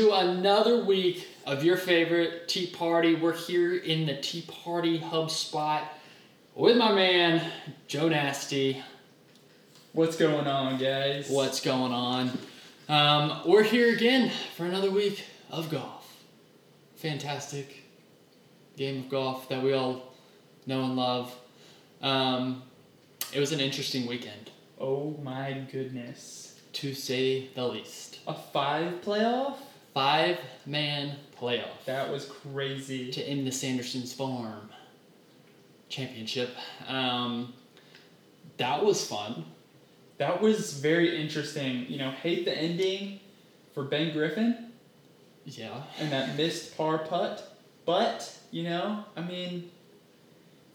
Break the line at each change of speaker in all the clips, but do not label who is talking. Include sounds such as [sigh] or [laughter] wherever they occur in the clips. another week of your favorite Tea Party. We're here in the Tea Party Hub spot with my man, Joe Nasty.
What's going on, guys?
What's going on? Um, we're here again for another week of golf. Fantastic game of golf that we all know and love. Um, it was an interesting weekend,
Oh my goodness.
to say the least.
A five playoff?
Five man playoff.
That was crazy.
to end the Sanderson's Farm Championship. Um, that was fun.
That was very interesting. You know, hate the ending for Ben Griffin
Yeah.
and that missed par putt, but, you know, I mean,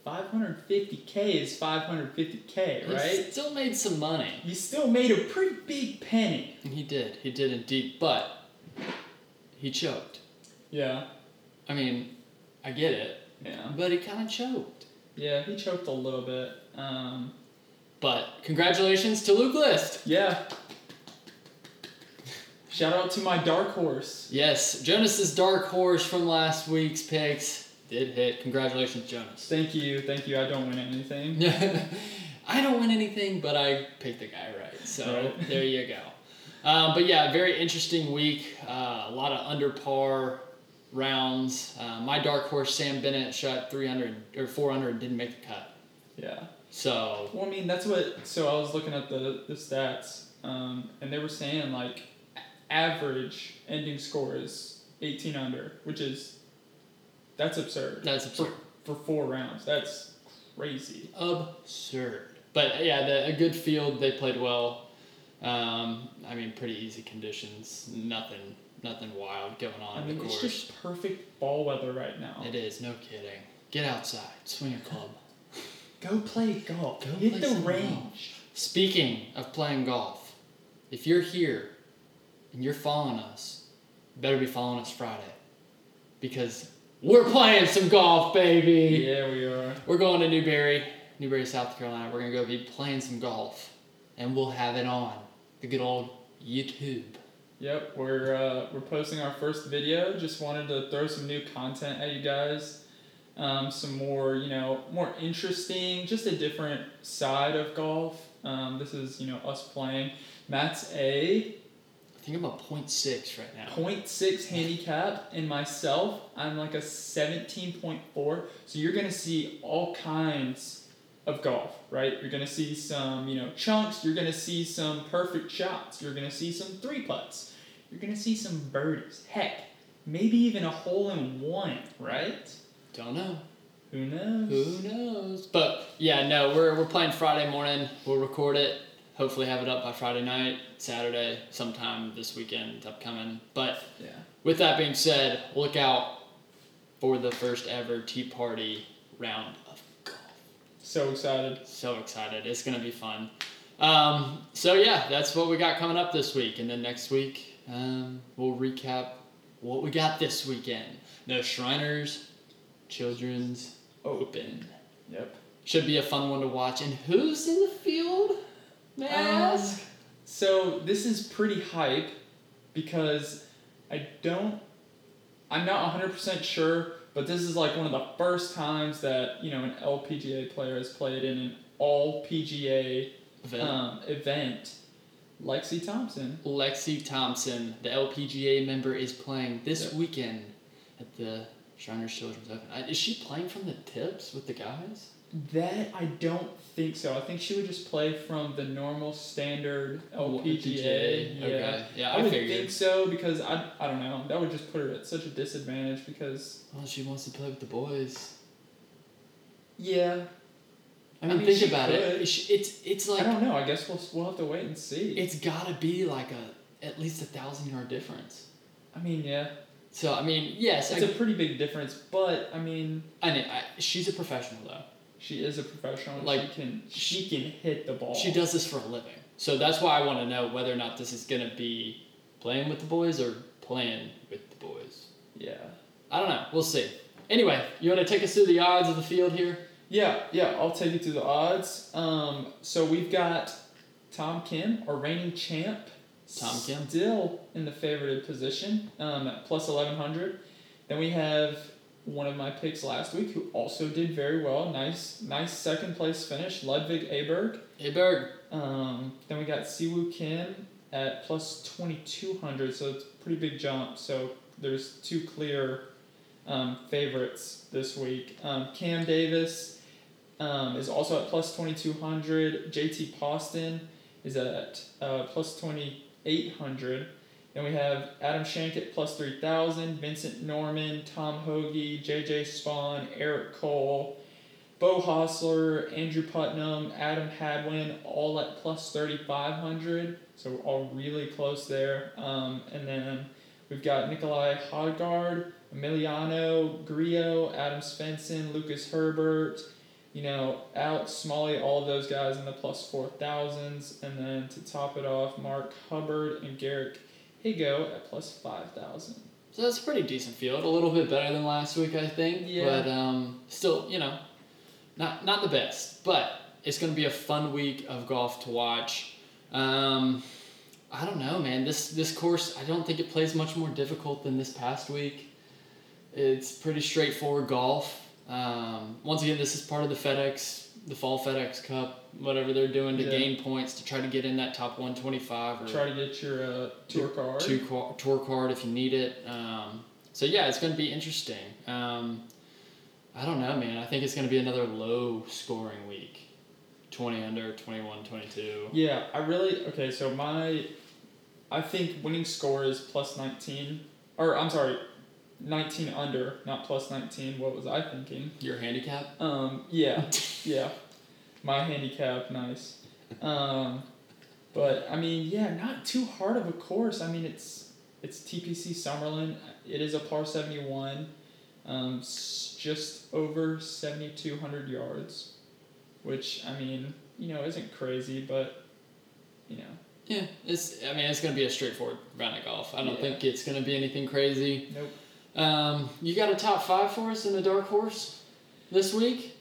550K is 550K,
He
right?
still made some money.
You still made a pretty big penny.
He did. He did indeed, but he choked.
Yeah.
I mean, I get it,
Yeah.
but he kind of choked.
Yeah, he choked a little bit. Um,
But congratulations to Luke List.
Yeah. Shout out to my dark horse.
Yes, Jonas's dark horse from last week's picks did hit. Congratulations, Jonas.
Thank you, thank you. I don't win anything.
[laughs] I don't win anything, but I picked the guy right. So
Right. [laughs]
there you go. Um, but yeah, very interesting week. Uh, a lot of under par rounds. Uh, my dark horse Sam Bennett shot 300 or 400 and didn't make the cut.
Yeah.
So
Well, I mean, that's what. So I was looking at the the stats, um, and they were saying like a- average ending score is eighteen under, which is that's absurd
that's absurd.
for four rounds. That's crazy.
Absurd. But uh, yeah, the, a good field. They played well. Um, I mean, pretty easy conditions. Nothing, nothing wild going on
I
in
mean,
the
it's
course.
just perfect ball weather right now.
It is. No kidding. Get outside. Swing a club.
[laughs] Go play golf.
Go
Hit
play
the
some
range.
Speaking of playing golf, if you're here and you're following us, you better be following us Friday because we're playing some golf, baby.
Yeah, we are.
We're going to Newberry, Newberry, South Carolina. We're gonna go be playing some golf, and we'll have it on the good old YouTube.
Yep, we're uh, we're posting our first video. Just wanted to throw some new content at you guys, um, some more you know more interesting, just a different side of golf. Um, this is you know us playing. Matt's a
I think I'm a point six right now.
0.6 handicap, and myself I'm like a seventeen point four. So you're gonna see all kinds of golf, right? You're gonna see some you know chunks. You're gonna see some perfect shots. You're gonna see some three putts you're gonna see some birdies. Heck, maybe even a hole in one, right?
Don't know.
Who knows?
Who knows? But yeah, no, we're we're playing Friday morning. We'll record it. Hopefully, have it up by Friday night, Saturday, sometime this weekend upcoming. But
Yeah.
with that being said, look out for the first ever Tea Party round of golf.
So excited.
So excited! It's gonna be fun. Um, so yeah, that's what we got coming up this week, and then next week um, we'll recap what we got this weekend. The Shriners Children's Open.
Yep.
Should be a fun one to watch. And who's in the field? May I
Um,
ask?
So this is pretty hype because I don't I'm not 100% sure, but this is like one of the first times that, you know, an LPGA player has played in an all PGA
Vel-
um, event. Lexi Thompson.
Lexi Thompson, the LPGA member, is playing this
Yeah.
weekend at the Shriners Children's Open. Uh, Is she playing from the tips with the guys?
That I don't think so. I think she would just play from the normal standard
Oh,
LPGA. Yeah.
Okay. Yeah,
I,
I,
would
figured.
think so because I, I don't know. That would just put her at such a disadvantage because
Well, she wants to play with the boys.
yeah,
I
I
mean,
mean, she
think about it.
could.
It's it's, it's
I
like
don't know. I guess we'll we'll have to wait and see.
it's gotta be like a at least a thousand yard difference.
I mean, yeah,
So I mean, yes, I,
it's a pretty big difference, but I mean,
I mean, I, she's a professional though.
she is a professional.
Like,
she can she can hit the ball.
She does this for a living. So that's why I want to know whether or not this is going to be playing with the boys or playing with the boys.
Yeah.
I don't know. We'll see. Anyway, you want to take us through the odds of the field here?
Yeah, yeah. I'll take you through the odds. Um, so we've got Tom Kim, our reigning champ,
Tom Kim.
Still in the favorited position um, at plus 1100. Then we have one of my picks last week who also did very well. Nice, nice second place finish, Ludwig Aberg.
Hey, Berg.
Um, then we got Siwoo Kim at plus 2200, so it's a pretty big jump. So there's two clear um, favorites this week. Um, Cam Davis um, is also at plus 2200. JT Poston is at uh, plus 2800. Then we have Adam Shank at plus 3000, Vincent Norman, Tom Hoagie, JJ Spawn, Eric Cole. Bo Hostler, Andrew Putnam, Adam Hadwin, all at plus 3,500. So we're all really close there. Um, and then we've got Nikolai Hodgard, Emiliano Grillo, Adam Svensson, Lucas Herbert, you know, Alex Smalley, all of those guys in the plus 4,000s. And then to top it off, Mark Hubbard and Garrick Higo at plus 5,000.
So that's a pretty decent field. A little bit better than last week, I think.
Yeah.
But um, still, you know, not not the best. But it's going to be a fun week of golf to watch. Um, I don't know, man. This this course, I don't think it plays much more difficult than this past week. It's pretty straightforward golf. Um, once again, this is part of the FedEx, the Fall FedEx Cup, whatever they're doing to
Yeah.
gain points to try to get in that top one twenty five or
Try to get your uh, tour card.
two qu- tour card if you need it. Um, so yeah, it's going to be interesting. Um, I don't know, man. I think it's going to be another low scoring week. 20 under, 21, 22.
Yeah, I really okay. So my, I think winning score is plus nineteen, or I'm sorry, nineteen under, not plus nineteen. What was I thinking?
Your handicap?
Um, yeah, yeah, my handicap, nice. Um, but I mean, yeah, not too hard of a course. I mean, it's it's TPC Summerlin. It is a par seventy one, um, s- just over seventy two hundred yards, which I mean, you know, isn't crazy, but you know,
Yeah, it's. I mean, it's going to be a straightforward round of golf. I don't
Yeah.
think it's going to be anything crazy.
nope.
Um, you got a top five for us in the dark horse this week?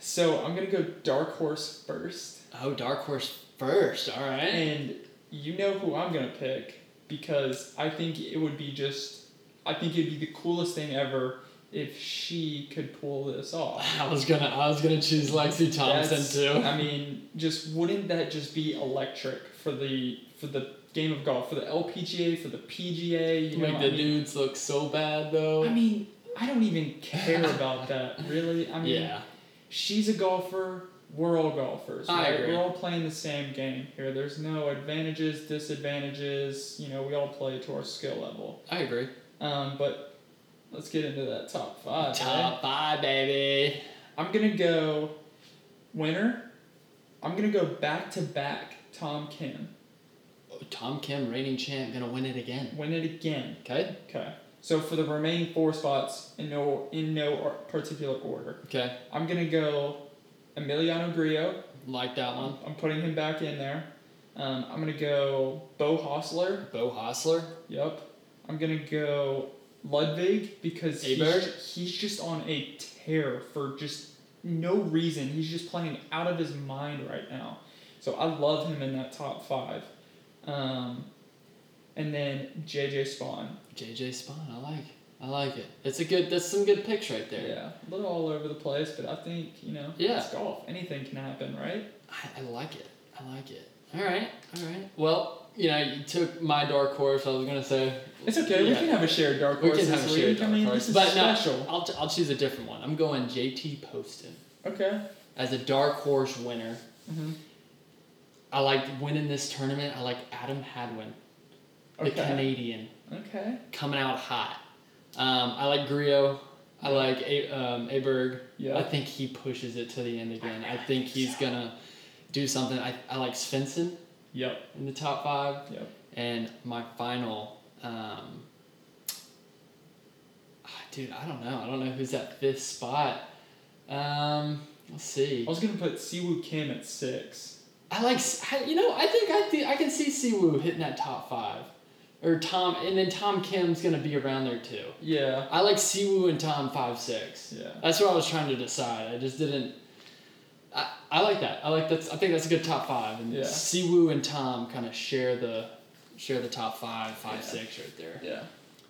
So I'm gonna go dark horse first,
Oh, dark horse first. All right.
and you know who I'm gonna pick because I think it would be just, I think it'd be the coolest thing ever if she could pull this off.
I was gonna. I was gonna choose Lexi Thompson
That's-
too.
[laughs] I mean, just wouldn't that just be electric for the for the game of golf for the LPGA for the PGA? You
Make
know,
the
I mean,
dudes look so bad though.
I mean, I don't even care about that really. I
[laughs]
mean,
yeah.
she's a golfer. We're all golfers.
I
right?
agree.
We're all playing the same game here. There's no advantages, disadvantages. You know, we all play to our skill level.
I agree.
Um, but let's get into that top five. right?
Top five, baby.
I'm gonna go winner. I'm gonna go back to back. Tom Kim
Oh, Tom Kim, reigning champ, gonna win it again.
win it again.
Okay.
Okay. So for the remaining four spots in no in no or- particular order,
Okay.
I'm gonna go Emiliano Grillo.
Like that one.
I'm, I'm putting him back in there. Um, I'm gonna go Bo Hostler.
Bo Hostler.
Yep. I'm gonna go Ludwig because
Aberg?
he's, he's just on a tear for just no reason. He's just playing out of his mind right now. So I love him in that top five. Um, and then JJ Spawn.
JJ Spawn. I like. I like it. It's a good. That's some good picks right there.
Yeah, a little all over the place, but I think you know
Yeah.
it's golf. Anything can happen, right?
I, I like it. I like it. All right. All right. Well, you know, you took my dark horse. I was gonna say.
It's okay. We
Yeah.
can have a shared dark
We
horse
can
this
have a
week.
shared
I mean,
dark horse,
this is
but
special.
no, I'll, t- I'll choose a different one. I'm going JT Poston
Okay.
as a dark horse winner.
Mm-hmm.
I like winning this tournament. I like Adam Hadwin, the
Okay.
Canadian.
Okay.
coming out hot. Um, I like Griot. I like a- um, Aberg.
Yeah.
I think he pushes it to the end again. I,
I
think
think
he's
so.
gonna do something. I, I like Svensson
Yep.
in the top five,
Yep.
and my final. Um, ah, dude, I don't know. I don't know who's at fifth spot. Um, let's see.
I was gonna put Siwoo Kim at six.
I like S- I, you know I think I think I can see Siwoo hitting that top five, or Tom, and then Tom Kim's gonna be around there too.
Yeah.
I like Siwoo and Tom five six.
Yeah.
That's what I was trying to decide. I just didn't. I, I like that. I like that's. I think that's a good top five. And
Yeah.
Siwoo and Tom kind of share the share the top five, five,
Yeah.
six right there.
Yeah.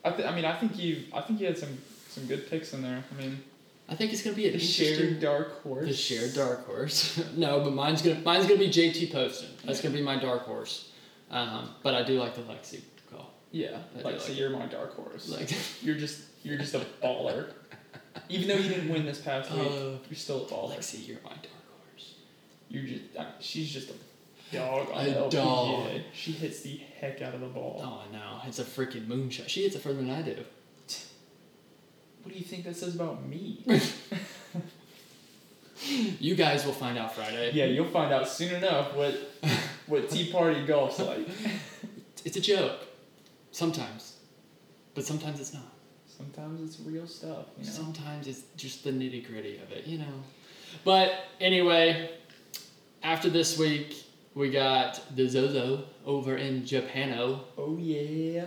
I, th- I mean, I think you I think you had some some good picks in there. I mean,
I think it's gonna be an
the
interesting
shared dark horse.
The shared dark horse. [laughs] no, but mine's gonna mine's gonna be JT Poston. That's gonna be my dark horse. Um, but I do like the Lexi call.
Yeah.
I do
Like, so
like
you're my dark horse.
Like, [laughs]
You're just you're just a baller. Even though you didn't win this past week,
Oh.
you're still a baller.
Lexi, you're my dark horse.
You're just I, she's just a dog on
A
the LPGA.
dog.
She hits the heck out of the ball.
Oh, I know. It's a freaking moonshot. She hits it further than I do.
What do you think that says about me?
You guys will find out Friday.
yeah, you'll find out soon enough what what tea party golf's like.
It's a joke. Sometimes. But sometimes it's not.
Sometimes it's real stuff, you know.
Sometimes it's just the nitty gritty of it, you know. But anyway, after this week, we got the Zozo over in Japano.
oh yeah.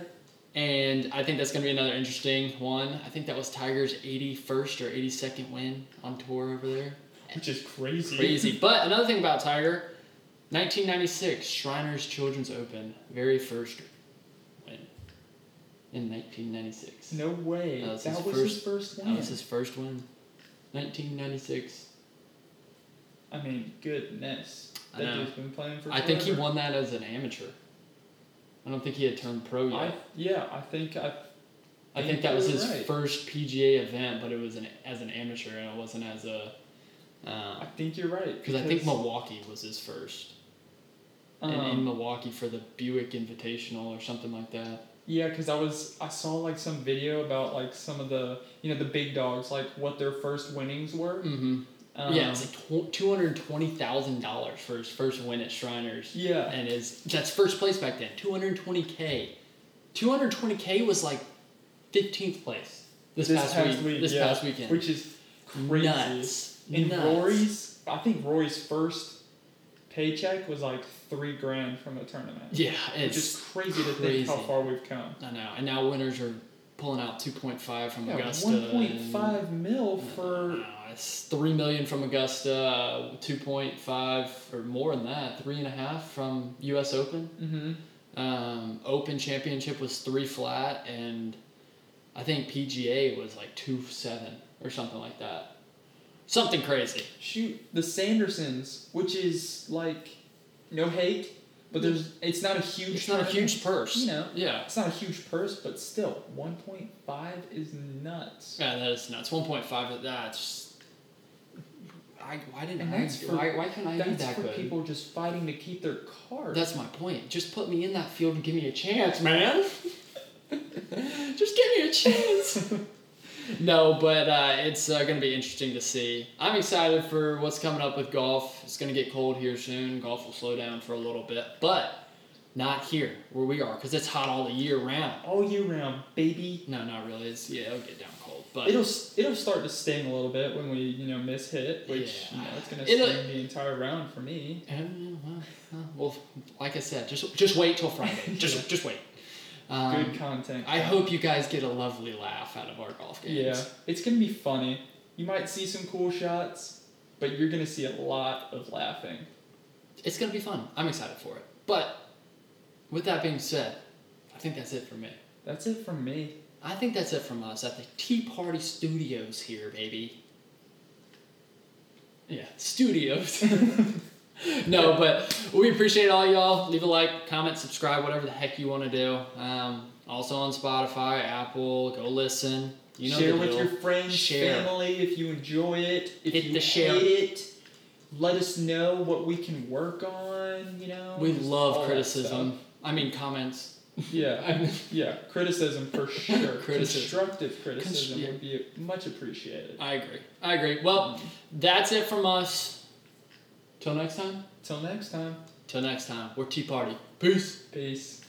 And I think that's going to be another interesting one. I think that was Tiger's 81st or 82nd win on tour over there.
Which is crazy. [laughs]
Crazy. But another thing about Tiger 1996, Shriners Children's Open, very first win in 1996.
No way.
That
That
was
was,
his
his first
That
win.
was his first win. 1996.
I mean, goodness.
I
That
know.
dude's been playing for
I think he
forever.
won that as an amateur. I don't think he had turned pro yet.
I
I,
yeah, I think I
think that was
you're
his
right.
first PGA event, but it was an, as an amateur and it wasn't as a.
I
uh,
think you're right.
Because I think Milwaukee was his first.
um,
in, in Milwaukee for the Buick Invitational or something like that.
Yeah, because I was I saw like some video about like some of the you know the big dogs like what their first winnings were.
Mm-hmm.
Um,
yeah, it's like two hundred twenty thousand dollars for his first win at Shriners,
yeah,
and his that's first place back then. Two hundred twenty k, two hundred twenty k was like fifteenth place this, past, week, This
yeah,
past weekend,
which is crazy.
nuts.
And
nuts.
Rory's, I think Rory's first paycheck was like three grand from a tournament,
yeah,
which
it's
is crazy to think how
crazy.
far we've come.
I know, and now winners are pulling out two point five from
Yeah,
Augusta.
one point
and-
five mil
uh, No,
for
it's three million from Augusta, two point five or more than that, three and a half from U.S. Open.
hmm
Um, Open Championship was three flat, and I think PGA was like two seven or something like that. Something crazy.
shoot the Sandersons, which is like no hate, but there's it's not a huge.
It's not a
tournament.
huge purse.
You know.
Yeah.
It's not a huge purse, but still, one point five is nuts.
Yeah, that is nuts. One point five. of That's. I, why didn't
And
I?
that's for-
why, why couldn't I be
That's
that
for
good?
people just fighting to keep their card.
That's my point. Just put me in that field and give me a chance, man. [laughs] Just give me a chance. [laughs] no, but uh, it's uh, going to be interesting to see. I'm excited for what's coming up with golf. It's going to get cold here soon. Golf will slow down for a little bit, but not here where we are because it's hot all the year round.
all year round, baby.
No, not really. It's yeah, it'll get down cold, but
Uh, It'll s- it'll start to sting a little bit when we you know miss hit, which
Yeah.
you know it's gonna
It'll-
sting the entire round for me.
I don't know, well, uh, well, like I said, just just wait till Friday. Just
[laughs] Yeah.
just wait. Um,
Good content.
I hope you guys get a lovely laugh out of our golf games.
Yeah, it's gonna be funny. You might see some cool shots, but you're gonna see a lot of laughing.
it's gonna be fun. I'm excited for it. But with that being said, I think that's it for me.
That's it from me.
I think that's it from us at the Tea Party Studios here, baby. Yeah, studios. [laughs] no, but we appreciate all y'all. Leave a like, comment, subscribe, whatever the heck you want to do. Um, also on Spotify, Apple, go listen. You know
share
the
with
deal.
your friends,
Share.
family if you enjoy it. If
Hit
you
the share.
hate it, let us know what we can work on. You know,
we
just
love
all that
criticism. I mean
[laughs]
comments.
stuff. Yeah, yeah, criticism for sure.
Criticism.
Constructive criticism
Constr- yeah.
would be much appreciated.
I agree. I agree. Well, that's it from us. Till next time.
Till next time,
Till next time, we're Tea Party. Peace.
peace.